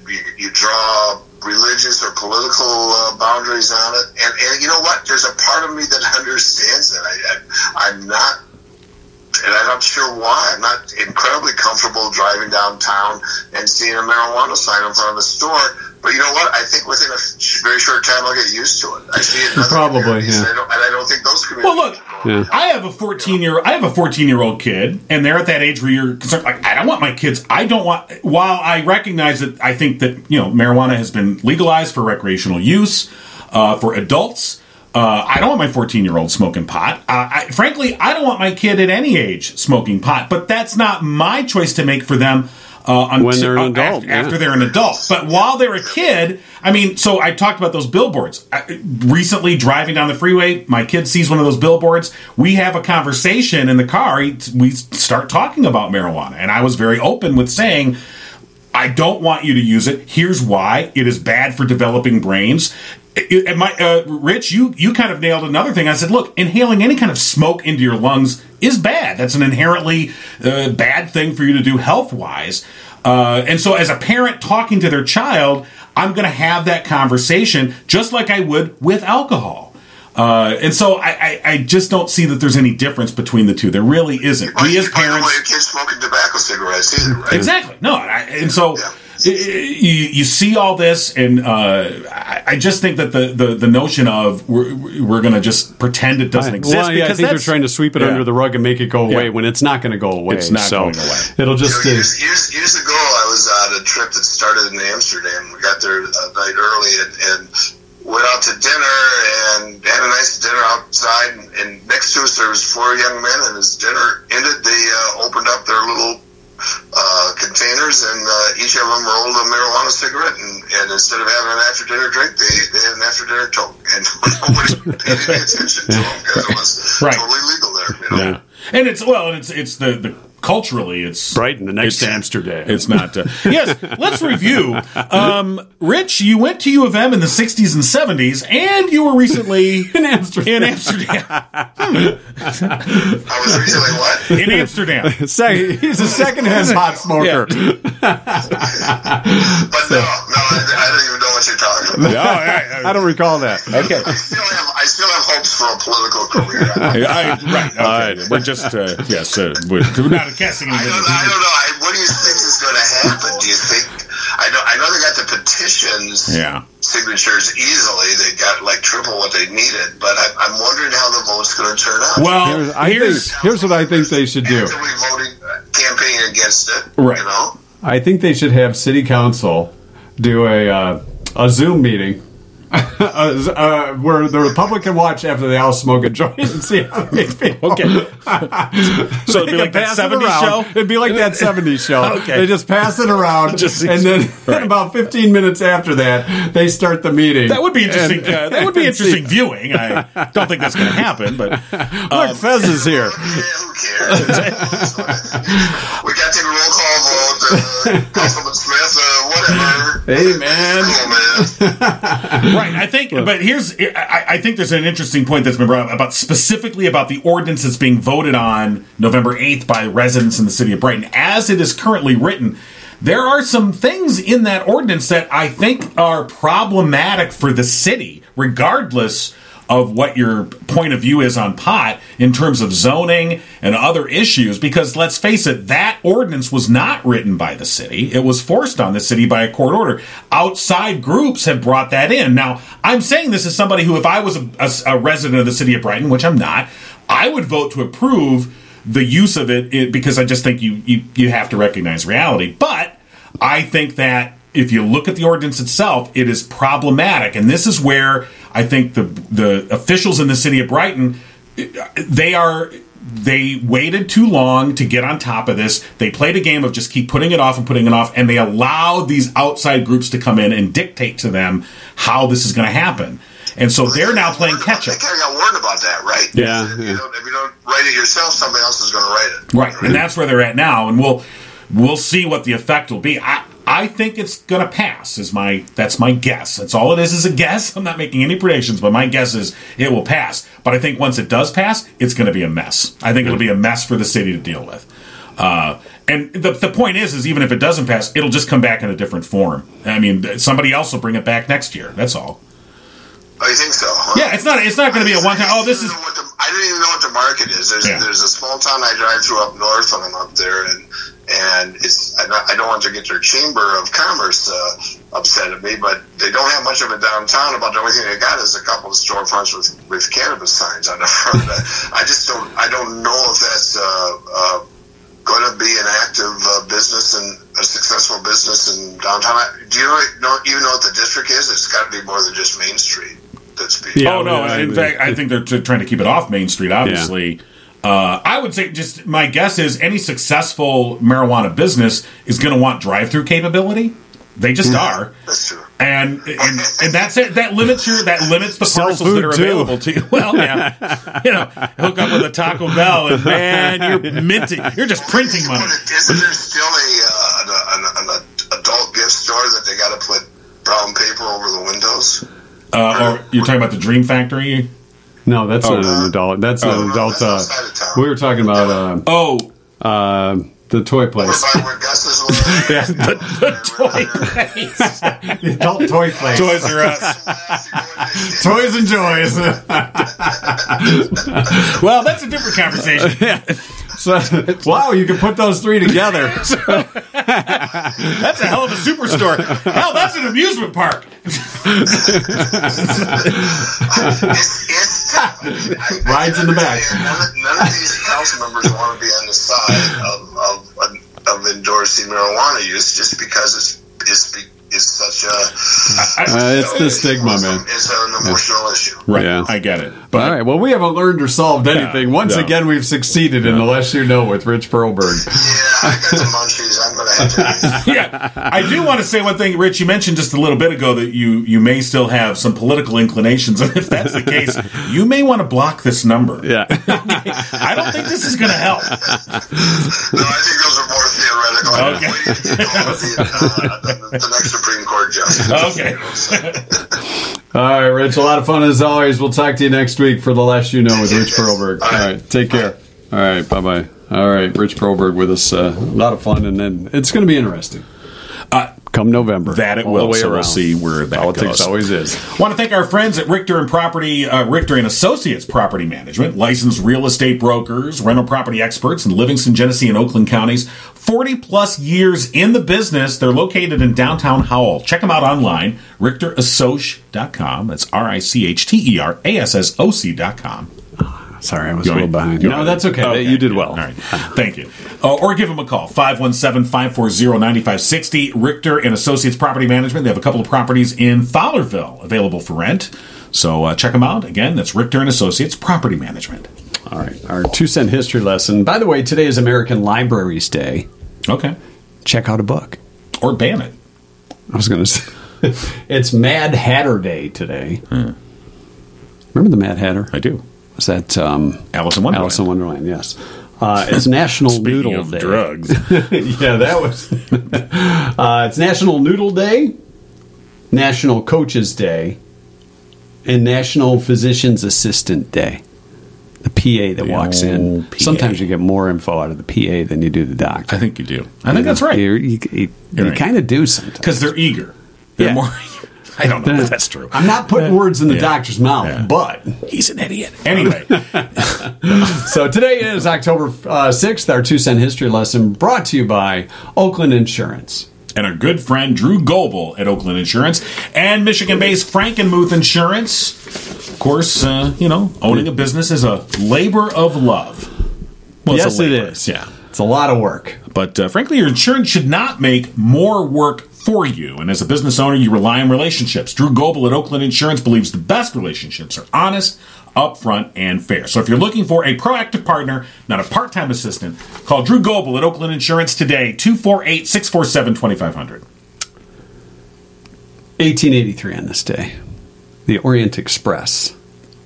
D: You, you draw religious or political uh, boundaries on it, and and you know what? There's a part of me that understands that. I, I I'm not and I'm not sure why. I'm not incredibly comfortable driving downtown and seeing a marijuana sign in front of the store. But you know what? I think within a sh- very short time, I'll get used to it. I see it. in other
C: Probably,
D: communities,
C: yeah.
D: And I, don't, and I don't think those communities.
B: Well, look.
C: Yeah.
B: I have a fourteen year. I have a fourteen year old kid, and they're at that age where you're concerned. Like, I don't want my kids. I don't want. While I recognize that, I think that you know marijuana has been legalized for recreational use uh, for adults. Uh, I don't want my 14 year old smoking pot. Uh, I, frankly, I don't want my kid at any age smoking pot, but that's not my choice to make for them uh, until,
C: they're an
B: uh, af-
C: adult, yeah.
B: After they're an adult. But while they're a kid, I mean, so I talked about those billboards. I, recently, driving down the freeway, my kid sees one of those billboards. We have a conversation in the car. He, we start talking about marijuana. And I was very open with saying, I don't want you to use it. Here's why: it is bad for developing brains. It- and my uh, Rich, you you kind of nailed another thing. I said, look, inhaling any kind of smoke into your lungs is bad. That's an inherently uh, bad thing for you to do health wise. Uh, and so, as a parent talking to their child, I'm going to have that conversation just like I would with alcohol. Uh, and so, I, I, I just don't see that there's any difference between the two. There really isn't.
D: Well,
B: We as
D: by the way,
B: parents,
D: your kids smoking tobacco cigarettes either, right?
B: Exactly. No, I, and so
D: Yeah.
B: you, you see all this, and uh, I, I just think that the, the, the notion of we're, we're going to just pretend it doesn't exist
C: well, yeah, I
B: because
C: think they're
B: that's-
C: trying to sweep it
B: yeah.
C: under the rug and make it go away
B: Yeah.
C: when it's not going to go away.
B: It's not
C: so
B: going away.
C: It'll
D: You know,
C: just uh,
D: years, years, years ago, I was on a trip that started in Amsterdam. We got there a night early and, and went out to dinner and had a nice dinner outside. And, and next to us, there was four young men. And as dinner ended, they uh, opened up their little uh, containers, and uh, each of them rolled a marijuana cigarette. And, and instead of having an after dinner drink, they, they had an after dinner toke. And nobody paid any attention to them because it was
B: Right.
D: totally legal there. You know?
B: Yeah. And it's well, and it's it's the, the culturally it's
C: Brighton the next
B: It's-
C: Amsterdam.
B: It's not. Uh, yes, let's review. Um, Rich, you went to U of M in the 60s and 70s, and you were recently
C: in
B: in
C: Amsterdam.
B: Amsterdam.
D: I was recently what?
B: In Amsterdam.
C: Second, he's a second-hand pot smoker.
D: But no, no, I, I don't even know what you're talking about.
C: I don't recall that.
B: Okay.
D: I still have, I still have hopes for a political career. I,
B: right. Okay. We're just, uh, yes, uh, we're, we're not guessing
D: I
B: anything.
D: don't, I don't know. I, what do you think is going to happen? Do you think? I know. I know they got the petitions
B: Yeah.
D: signatures easily. They got like triple what they needed. But I, I'm wondering how the vote's going to turn out.
B: Well,
C: Here's, I
B: here's.
C: think, here's what I think they should do.
D: actively voting, uh, campaigning against it.
B: Right.
D: You know.
C: I think they should have city council do a uh, a Zoom meeting. uh, z- uh, where the Republic can watch after they all smoke a joint and see how they feel.
B: Okay. So it'd be
C: They
B: like that
C: can pass it
B: 70s
C: around.
B: show?
C: It'd be like that 70s show.
B: Okay.
C: They just pass it around,
B: Just-
C: and then
B: right.
C: about 15 minutes after that, they start the meeting.
B: That would be interesting. uh, that would be
C: and see.
B: interesting viewing. I don't think that's going to happen, but
C: Look, Fez is here.
D: Yeah, who cares? we got the roll call vote. Uh, Councilman Smith, uh, whatever.
C: Hey, man.
D: Cool, man.
B: right i think but here's I, I think there's an interesting point that's been brought up about specifically about the ordinance that's being voted on november 8th by residents in the city of brighton as it is currently written there are some things in that ordinance that i think are problematic for the city regardless of what your point of view is on pot in terms of zoning and other issues because let's face it that ordinance was not written by the city it was forced on the city by a court order outside groups have brought that in now i'm saying this as somebody who if i was a, a- a resident of the city of brighton which i'm not i would vote to approve the use of it, it because i just think you, you you have to recognize reality but I think that if you look at the ordinance itself, it is problematic, and this is where I think the the officials in the city of Brighton they are they waited too long to get on top of this. They played a game of just keep putting it off and putting it off, and they allowed these outside groups to come in and dictate to them how this is going to happen. And so they're now playing catch
D: They
B: up.
D: kind of got warned about that, right?
C: Yeah,
D: If,
C: yeah.
D: You don't, if you don't write it yourself, somebody else is going to write it.
B: Right, and that's where they're at now, and we'll we'll see what the effect will be. I I think it's going to pass. Is my that's my guess. That's all it is is a guess. I'm not making any predictions, but my guess is it will pass. But I think once it does pass, it's going to be a mess. I think it'll be a mess for the city to deal with. Uh, and the, the point is, is even if it doesn't pass, it'll just come back in a different form. I mean, somebody else will bring it back next year. That's all.
D: Oh, you think so? Huh?
B: Yeah, it's not. It's not going to be a one time. Oh, this is
D: What the, I didn't even know what the market is. There's,
B: Yeah.
D: there's a small town I drive through up north when I'm up there, and and it's I don't, I don't want to get their chamber of commerce uh, upset at me, but they don't have much of a downtown. About the only thing they got is a couple of storefronts with with cannabis signs on the front. I just don't I don't know if that's. Uh, uh, Going to be an active uh, business and a successful business in downtown. Do you know, even know what the district is? It's got to be more than just Main Street. That's being
C: Yeah.
B: Oh no!
C: I
B: in
C: mean,
B: fact, I think they're t- trying to keep it off Main Street. Obviously, uh, I would say just my guess is any successful marijuana business is going to want drive-through capability. They
C: Hmm.
B: just are,
D: That's true.
B: and and, and that's it. That limits your that limits the
C: Sell
B: parcels that
C: food,
B: are
C: too.
B: available to you. Well, yeah, you know, hook up with a Taco Bell, and man, you're minting, you're just printing money.
D: Isn't there still a, uh, an, an, an adult gift store that they got to put brown paper over the windows?
B: Uh, or you're talking about the Dream Factory?
C: No, that's not an adult. That's not an
D: no,
C: adult.
D: that's
C: Uh,
D: outside of town.
C: we were talking about
B: Oh,
C: uh, uh, the toy
D: Or
C: place.
D: by where Gus's was?
B: Yeah, the, the toy place.
E: The adult toy place.
B: Toys R Us.
E: Toys and joys.
B: Well, that's a different conversation.
C: So, wow, you can put those three together.
B: That's a hell of a superstore. Hell, that's an amusement park.
C: Rides in the back.
D: None, none of these council members want to be on the side of, of, of endorsing marijuana use just because it's, it's, be- it's such a.
C: Uh, it's the stigma, man.
D: It's an emotional issue.
B: Right.
C: Yeah.
B: I get it. But
C: All right. Well, we haven't learned or solved anything. Once
B: no.
C: again, we've succeeded in the less you know with Rich Perlberg.
D: Yeah, I got some munchies. I'm going to have to. leave.
B: yeah, I do want to say one thing, Rich. You mentioned just a little bit ago that you you may still have some political inclinations, and if that's the case, you may want to block this number.
C: Yeah.
B: I don't think this is going to help.
D: No, I think those are more theoretical. I'm
B: Okay.
D: waiting to go with the, uh, the, the next Supreme Court justice.
B: Okay.
C: All right, Rich. A lot of fun as always. We'll talk to you next week for the less you know with Rich Perlberg. All right. Take care. All right. Bye bye. All right. Rich Perlberg with us. Uh, a lot of fun, and then it's going to be interesting.
B: Uh,
C: Come November,
B: That it
C: all the
B: will.
C: way
B: So we'll
C: around.
B: see where that
C: Politics
B: goes.
C: always is.
B: Want to thank our friends at Richter and Property, uh, Richter and Associates Property Management, licensed real estate brokers, rental property experts in Livingston, Genesee, and Oakland counties. 40 plus years in the business. They're located in downtown Howell. Check them out online, richterassoc.com. That's R I C H T E R A S S O C.com.
C: Sorry, I was
B: You
C: a little
B: want-
C: behind.
B: you want-
C: No, that's okay. You did well.
B: All right. Thank you. Uh, or give them a call 517 540 9560. Richter and Associates Property Management. They have a couple of properties in Fowlerville available for rent. So uh, check them out. Again, that's Richter and Associates Property Management.
C: All right. Our two cent history lesson. By the way, today is American Libraries Day.
B: Okay.
C: Check out a book.
B: Or ban it.
C: I was going to say it's Mad Hatter Day today. Remember the Mad Hatter?
B: Hmm. I do.
C: Was that um,
B: Alice in Wonderland.
C: Alice in Wonderland? Yes. Uh, it's National
B: Speaking
C: Noodle
B: of
C: Day.
B: drugs.
C: yeah, that was. uh, it's National Noodle Day, National Coaches Day, and National Physician's Assistant Day. The PA that walks in.
B: old PA.
C: Sometimes you get more info out of the PA than you do the doctor.
B: I think you do. I think that's right.
C: You, you, you,
B: You're right.
C: kind of do sometimes.
B: Because they're eager. They're
C: Yeah.
B: more. I don't know if that's true.
C: I'm not putting words in the doctor's mouth,
B: Yeah.
C: but
B: He's an idiot. Anyway,
C: so today is October uh, 6th, our two cent history lesson brought to you by Oakland Insurance.
B: and our good friend Drew Goble at Oakland Insurance and Michigan based Frankenmuth Insurance. Of course, uh, you know, owning a business is a labor of love. Well, it's a
C: yes, it
B: labor,
C: is.
B: Yeah.
C: It's a lot of work.
B: But uh, frankly, your insurance should not make more work for you. And as a business owner, you rely on relationships. Drew Goble at Oakland Insurance believes the best relationships are honest, upfront, and fair. So if you're looking for a proactive partner, not a part time assistant, call Drew Goble at Oakland Insurance today, 248 647 2500.
C: 1883 on this day, the Orient Express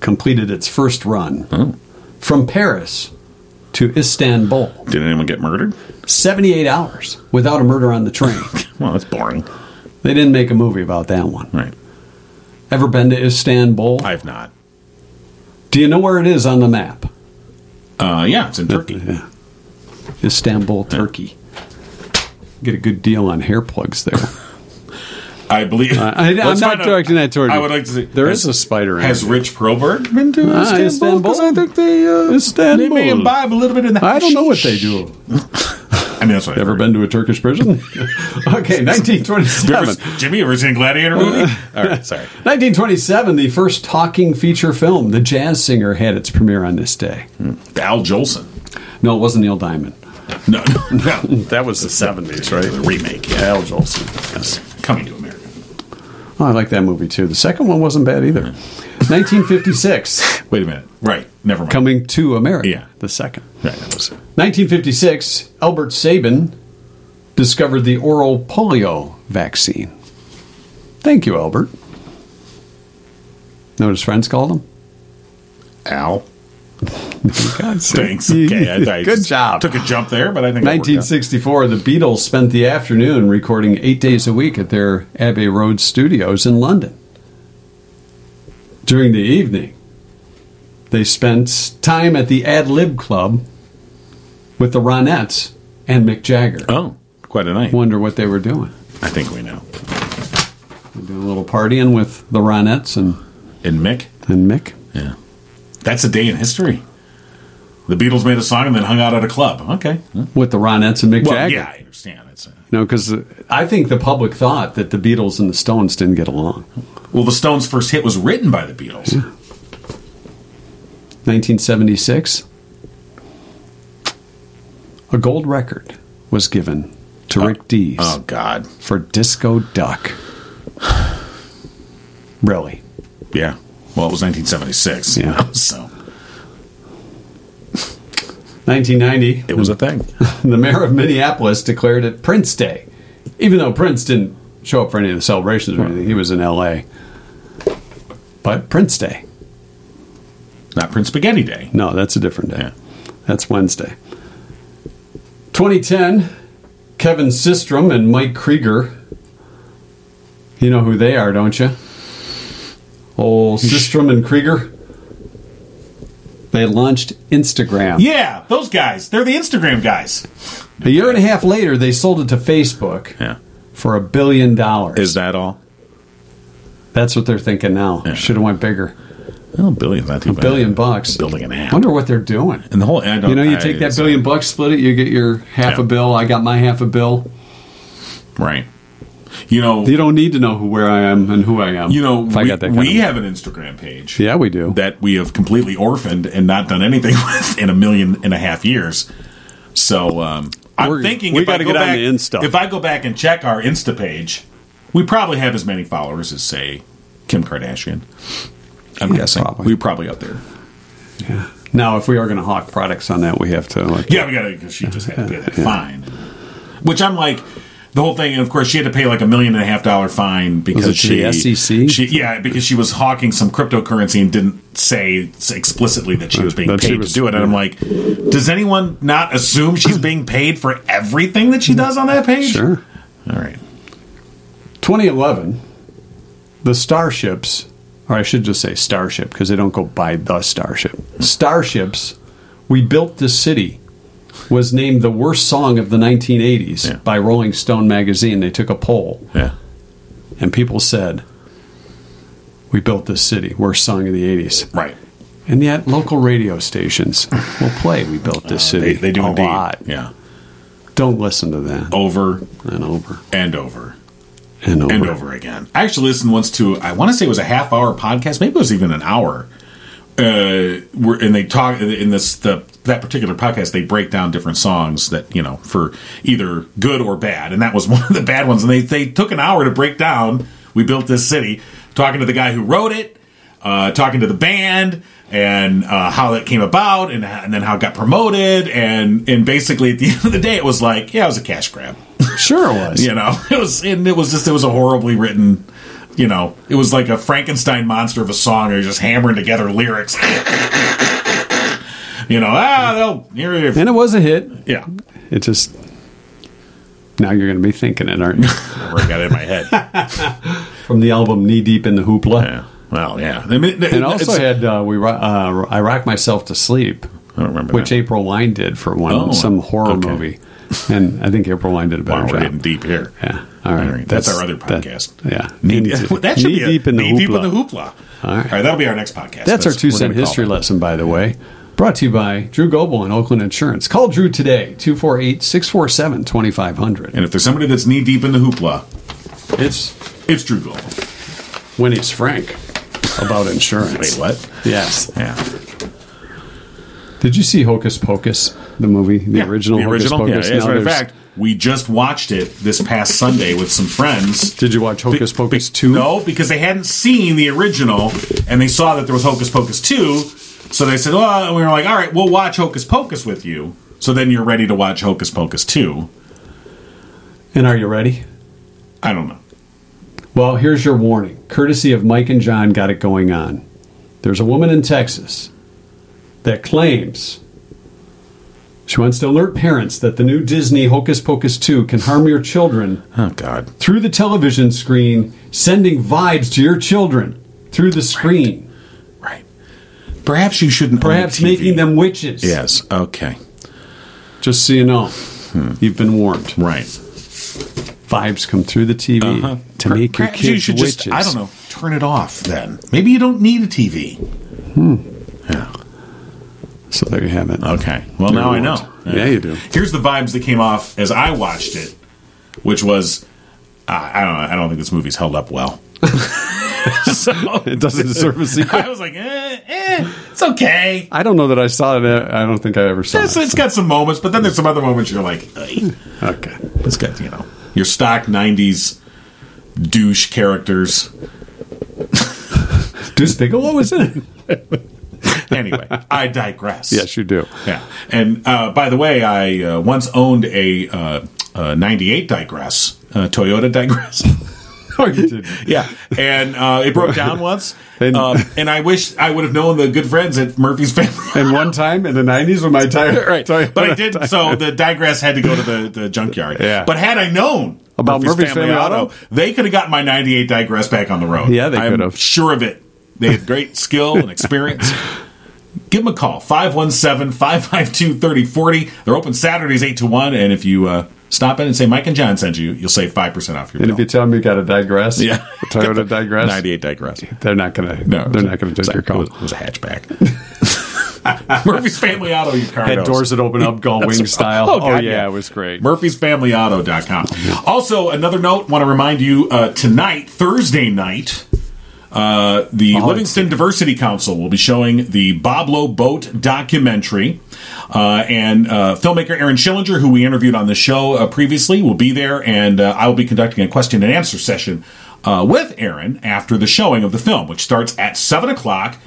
C: completed its first run from Paris to Istanbul.
B: Did anyone get murdered?
C: 78 hours without a murder on the train.
B: Well, that's boring.
C: they didn't make a movie about that one.
B: Right.
C: Ever been to Istanbul?
B: I've not.
C: Do you know where it is on the map?
B: Uh, yeah, it's in Turkey.
C: Yeah. Istanbul, Turkey. Get a good deal on hair plugs there.
B: I believe.
C: I- I'm
B: Let's
C: not
B: find out.
C: directing that toward
B: I
C: you.
B: would like to see.
C: There is
B: has-
C: a spider in
B: Has
C: it.
B: Rich Proberg been to
C: Ah,
B: Istanbul? 'Cause I
C: Istanbul.
B: think they, uh,
C: Istanbul.
B: they may imbibe a little bit in the
C: I don't know what they do.
B: I mean, that's what I've
C: Ever
B: heard.
C: been to a Turkish prison? okay, 1927.
B: Ever- Jimmy, ever seen Gladiator movie?
C: Uh,
B: All right, sorry.
C: 1927, the first talking feature film, The Jazz Singer, had its premiere on this day.
B: Al Jolson.
C: No, it wasn't Neil Diamond.
B: No, no, no.
C: That was the 70s,
B: The remake, yeah.
C: Al Jolson. Yes.
B: Coming to America.
C: Oh, I like that movie too. The second one wasn't bad either. Hmm. 1956,
B: Wait a minute. Right. Never mind.
C: Coming to America.
B: Yeah.
C: The second.
B: Right, that was
C: 1956, Albert Sabin discovered the oral polio vaccine. Thank you, Albert. Know what his friends called him?
B: Al.
C: Guys,
B: Thanks. Okay, I, I
C: Good
B: just
C: job.
B: Took a jump there, but I think that worked out.
C: 1964, the Beatles spent the afternoon recording eight days a week at their Abbey Road studios in London. During the evening, they spent time at the Ad Lib Club with the Ronettes and Mick Jagger.
B: Oh, of Quite a night.
C: Wonder what they were doing.
B: I think we know.
C: They Doing a little partying with the Ronettes and,
B: And Mick?
C: and Mick.
B: Yeah. That's a day in history. The Beatles made a song and then hung out at a club. Okay. Well,
C: With the Ronettes and Mick Jagger.
B: yeah, I understand. It's, uh,
C: You know, because I think the public thought that the Beatles and the Stones didn't get along.
B: well, the Stones' first hit was written by the Beatles.
C: 1976, a gold record was given to Rick Dees
B: Oh, God.
C: for Disco Duck. Really?
B: Yeah. Well, it was 1976.
C: Yeah.
B: you know, So
C: 1990,
B: it was a thing.
C: the mayor of Minneapolis declared it Prince Day, even though Prince didn't show up for any of the celebrations or anything. He was in L.A. But Prince Day.
B: Not Prince Spaghetti Day.
C: No, that's a different day.
B: Yeah.
C: That's Wednesday. 2010, Kevin Systrom and Mike Krieger. You know who they are, don't you? Oh, Systrom and Krieger. They launched Instagram.
B: Yeah, those guys. They're the Instagram guys.
C: A year and a half later, they sold it to Facebook
B: Yeah.
C: for a billion dollars.
B: Is that all?
C: That's what they're thinking now.
B: Yeah.
C: Should have went bigger.
B: Well, a Oh, billion's not too
C: A
B: bad.
C: billion bucks.
B: Building an app.
C: Wonder what they're doing.
B: and the whole. I don't,
C: You know, you
B: I-
C: take that billion bucks, split it, you get your half
B: Yeah.
C: a bill. I got my half a bill.
B: Right. You know.
C: You don't need to know who, where I am and who I am.
B: you know.
C: if I
B: we
C: got that kind
B: we
C: of-
B: have an Instagram page.
C: yeah, we do.
B: That we have completely orphaned and not done anything with in a million and a half years. So um, I'm
C: We're-
B: thinking
C: we
B: if I
C: gotta
B: go
C: get on
B: back,
C: the Insta.
B: if I go back and check our Insta page, we probably have as many followers as say Kim Kardashian. I'm guessing
C: probably.
B: we're probably up there.
C: now, if we are going to hawk products on that, we have to. Like,
B: Yeah, we got to because she just had to pay that fine. Which I'm like, the whole thing, and of course, she had to pay like a million and a half dollar fine because
C: Was it to
B: she
C: the E SEC?
B: She, yeah, because she was hawking some cryptocurrency and didn't say explicitly that she was being
C: That she
B: paid
C: was-
B: to do it. And I'm like, does anyone not assume she's being paid for everything that she does on that page?
C: sure.
B: All right.
C: 2011, the starships, or I should just say starship because they don't go by the starship. Starships, we built this city, was named the worst song of the 1980s
B: Yeah.
C: by Rolling Stone magazine. They took a poll
B: Yeah.
C: and people said, "We built this city, worst song of the 80s."
B: Right.
C: And yet, local radio stations will play "We Built This City"
B: Uh, They, they do
C: a
B: indeed.
C: lot.
B: Yeah.
C: Don't listen to that.
B: Over
C: And over
B: and over.
C: and over.
B: and over again. I actually listened once to I want to say it was a half hour podcast, maybe it was even an hour. Uh, where, and they talk in this the that particular podcast. They break down different songs that you know for either good or bad, and that was one of the bad ones. And they they took an hour to break down. We built this city, talking to the guy who wrote it, uh, talking to the band, and uh, how that came about, and and then how it got promoted, and and basically at the end of the day, it was like yeah, it was a cash grab
C: Sure it was.
B: you know it was and it was just it was a horribly written you know it was like a frankenstein monster of a song or just hammering together lyrics you know ah they'll here
C: And it was a hit.
B: yeah
C: It just now you're going to be thinking it, aren't you?
B: where i got it in my head
C: From the album Knee Deep in the Hoopla.
B: yeah well yeah I mean, it-
C: And also
B: it's-
C: had uh, we Ro- uh, I rock myself to sleep,
B: i don't remember
C: which
B: that.
C: April Wine did for one
B: Oh,
C: some horror
B: okay.
C: movie, and I think April Wine did a better
B: wow, we're getting
C: job.
B: deep here
C: Yeah, all right.
B: All right, that's our other
C: that-
B: podcast.
C: yeah,
B: that should
C: Knee
B: be a-
C: deep in the
B: knee deep in the hoopla
C: hoopla.
B: all right. that'll be our next podcast
C: That's, our two
B: we're gonna
C: cent
B: call
C: history
B: that.
C: lesson, by the way. Brought to you by Drew Goble and Oakland Insurance. Call Drew today, 248 647 2500.
B: and if there's somebody that's knee deep in the hoopla
C: It's
B: it's drew gold
C: when he's frank about
B: wait
C: insurance.
B: what
C: yes.
B: yeah
C: Did you see Hocus Pocus, the movie, the
B: Yeah,
C: original
B: the original.
C: Hocus
B: yeah, as
C: Pocus?
B: a
C: Now
B: matter of
C: there's-
B: fact, we just watched it this past Sunday with some friends.
C: Did you watch Hocus
B: Be-
C: Pocus
B: be-
C: 2?
B: No, because they hadn't seen the original, and they saw that there was Hocus Pocus two, so they said, "Well," and we were like, "All right, we'll watch Hocus Pocus with you." So then you're ready to watch Hocus Pocus two.
C: And are you ready?
B: I don't know.
C: Well, here's your warning. Courtesy of Mike and John, got it going on. There's a woman in Texas that claims she wants to alert parents that the new Disney Hocus Pocus 2 can harm your children
B: Oh God,
C: through the television screen, sending vibes to your children through the screen,
B: right? Perhaps you shouldn't. own a
C: perhaps
B: TV.
C: making them witches.
B: Yes. Okay. Hmm.
C: Just so you know, you've been warned.
B: Right.
C: vibes come through the TV to make your
B: Uh-huh. Perhaps
C: kids
B: you should
C: witches.
B: just I don't know turn it off then. Maybe you don't need a TV. Yeah.
C: So there you have it.
B: Okay. Well,
C: You
B: now I
C: want.
B: know.
C: Yeah, you do.
B: Here's the vibes that came off as I watched it, which was uh, I I don't know. I don't think this movie's held up well. so
C: It doesn't deserve a sequel.
B: I was like, eh, eh, it's okay.
C: I don't know that I saw it. I don't think I ever saw
B: It's-
C: it.
B: it's got some moments, but then there's some other moments you're like, "Ugh."
C: Okay.
B: it's got you know your stock '90s douche characters.
C: Deuce Bigelow was in it.
B: Anyway, I digress.
C: Yes, you do.
B: Yeah, and uh, by the way, I uh, once owned a uh, uh, '98 digress, uh, Toyota digress.
C: Oh, you did.
B: yeah, and uh, it broke down once, and,
C: And-
B: um, and I wish I would have known the good friends at Murphy's family.
C: And one time in the nineties when my tire tire-
B: but I did. So the digress had to go to the, the junkyard.
C: Yeah.
B: But had I known
C: About Murphy's Family Auto?
B: they could have gotten my '98 digress back on the road.
C: Yeah, they
B: I'm
C: could have.
B: Sure of it. They had great skill and experience. Give them a call 517-552-3040. They're open Saturdays eight to one, and if you uh, stop in and say Mike and John sent you, you'll save five percent off your
C: And if you
B: bill.
C: tell me you got to digress,
B: Yeah.
C: a Toyota digress,
B: '98 digress.
C: they're not gonna,
B: No,
C: they're not gonna take
B: Sorry,
C: your call.
B: It was, it was a hatchback. Murphy's Family Auto, you car
C: Had doors that open up, gull wing style.
B: Oh, God, yeah.
C: it was great.
B: Murphy'sFamilyAuto.com. Also, another note, want to remind you uh, tonight, Thursday night, uh, the Livingston Diversity Council will be showing the Bob Lowe Boat documentary. Uh, and uh, filmmaker Aaron Schillinger, who we interviewed on the show uh, previously, will be there, and uh, I will be conducting a question and answer session uh, with Aaron after the showing of the film, which starts at 7 o'clock.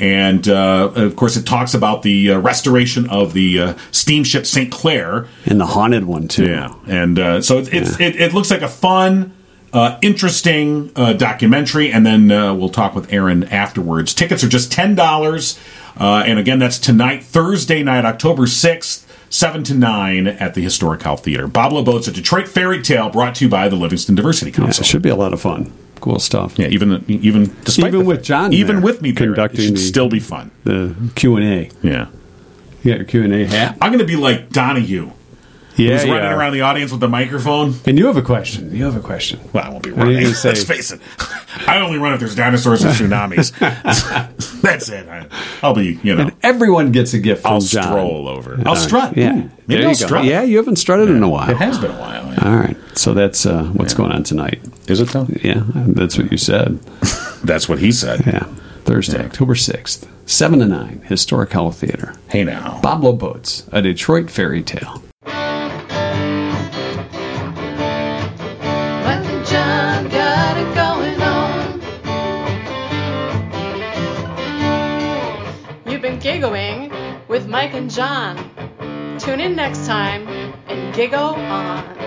B: And uh, of course, it talks about the uh, restoration of the uh, steamship St. Clair,
C: And the haunted one too.
B: yeah, and uh, so it's, it's it, it looks like a fun, uh, interesting uh, documentary, and then uh, we'll talk with Aaron afterwards. Tickets are just ten dollars, uh, and again, that's tonight, Thursday night, October sixth. 7 to 9 at the Historic Hall Theater. Boblo Boats, a Detroit fairy tale brought to you by the Livingston Diversity
C: Yeah, it
B: Council.
C: should be a lot of fun. Cool stuff.
B: Yeah, even even despite
C: Even
B: the-
C: with John
B: even
C: there
B: with me there,
C: conducting
B: it should
C: the-
B: still be fun.
C: The Q and A.
B: Yeah.
C: You got your Q and A hat.
B: I'm going to be like Donahue,
C: Yeah,
B: who's running around the audience with the microphone.
C: And you have a question. You have a question.
B: Well, I won't be
C: are you
B: running.
C: gonna say?
B: Let's face it. I only run if there's dinosaurs and tsunamis. That's it. I, I'll be, you know,
C: And everyone gets a gift from
B: I'll
C: John.
B: stroll over.
C: All
B: I'll
C: right.
B: strut. Ooh,
C: Yeah. There
B: maybe
C: you
B: I'll
C: go.
B: strut.
C: Yeah, you haven't strutted in a while.
B: It has been a while.
C: All right. So that's uh, what's going on tonight.
B: Is it though?
C: Yeah, that's what you said.
B: That's what he said.
C: Yeah. Thursday, October 6th, 7 to 9, Historic Hall Theater.
B: Hey now.
C: Pablo Boats, a Detroit fairy tale.
A: Mike and John got it going on. You've been giggling with Mike and John. Tune in next time and giggle on.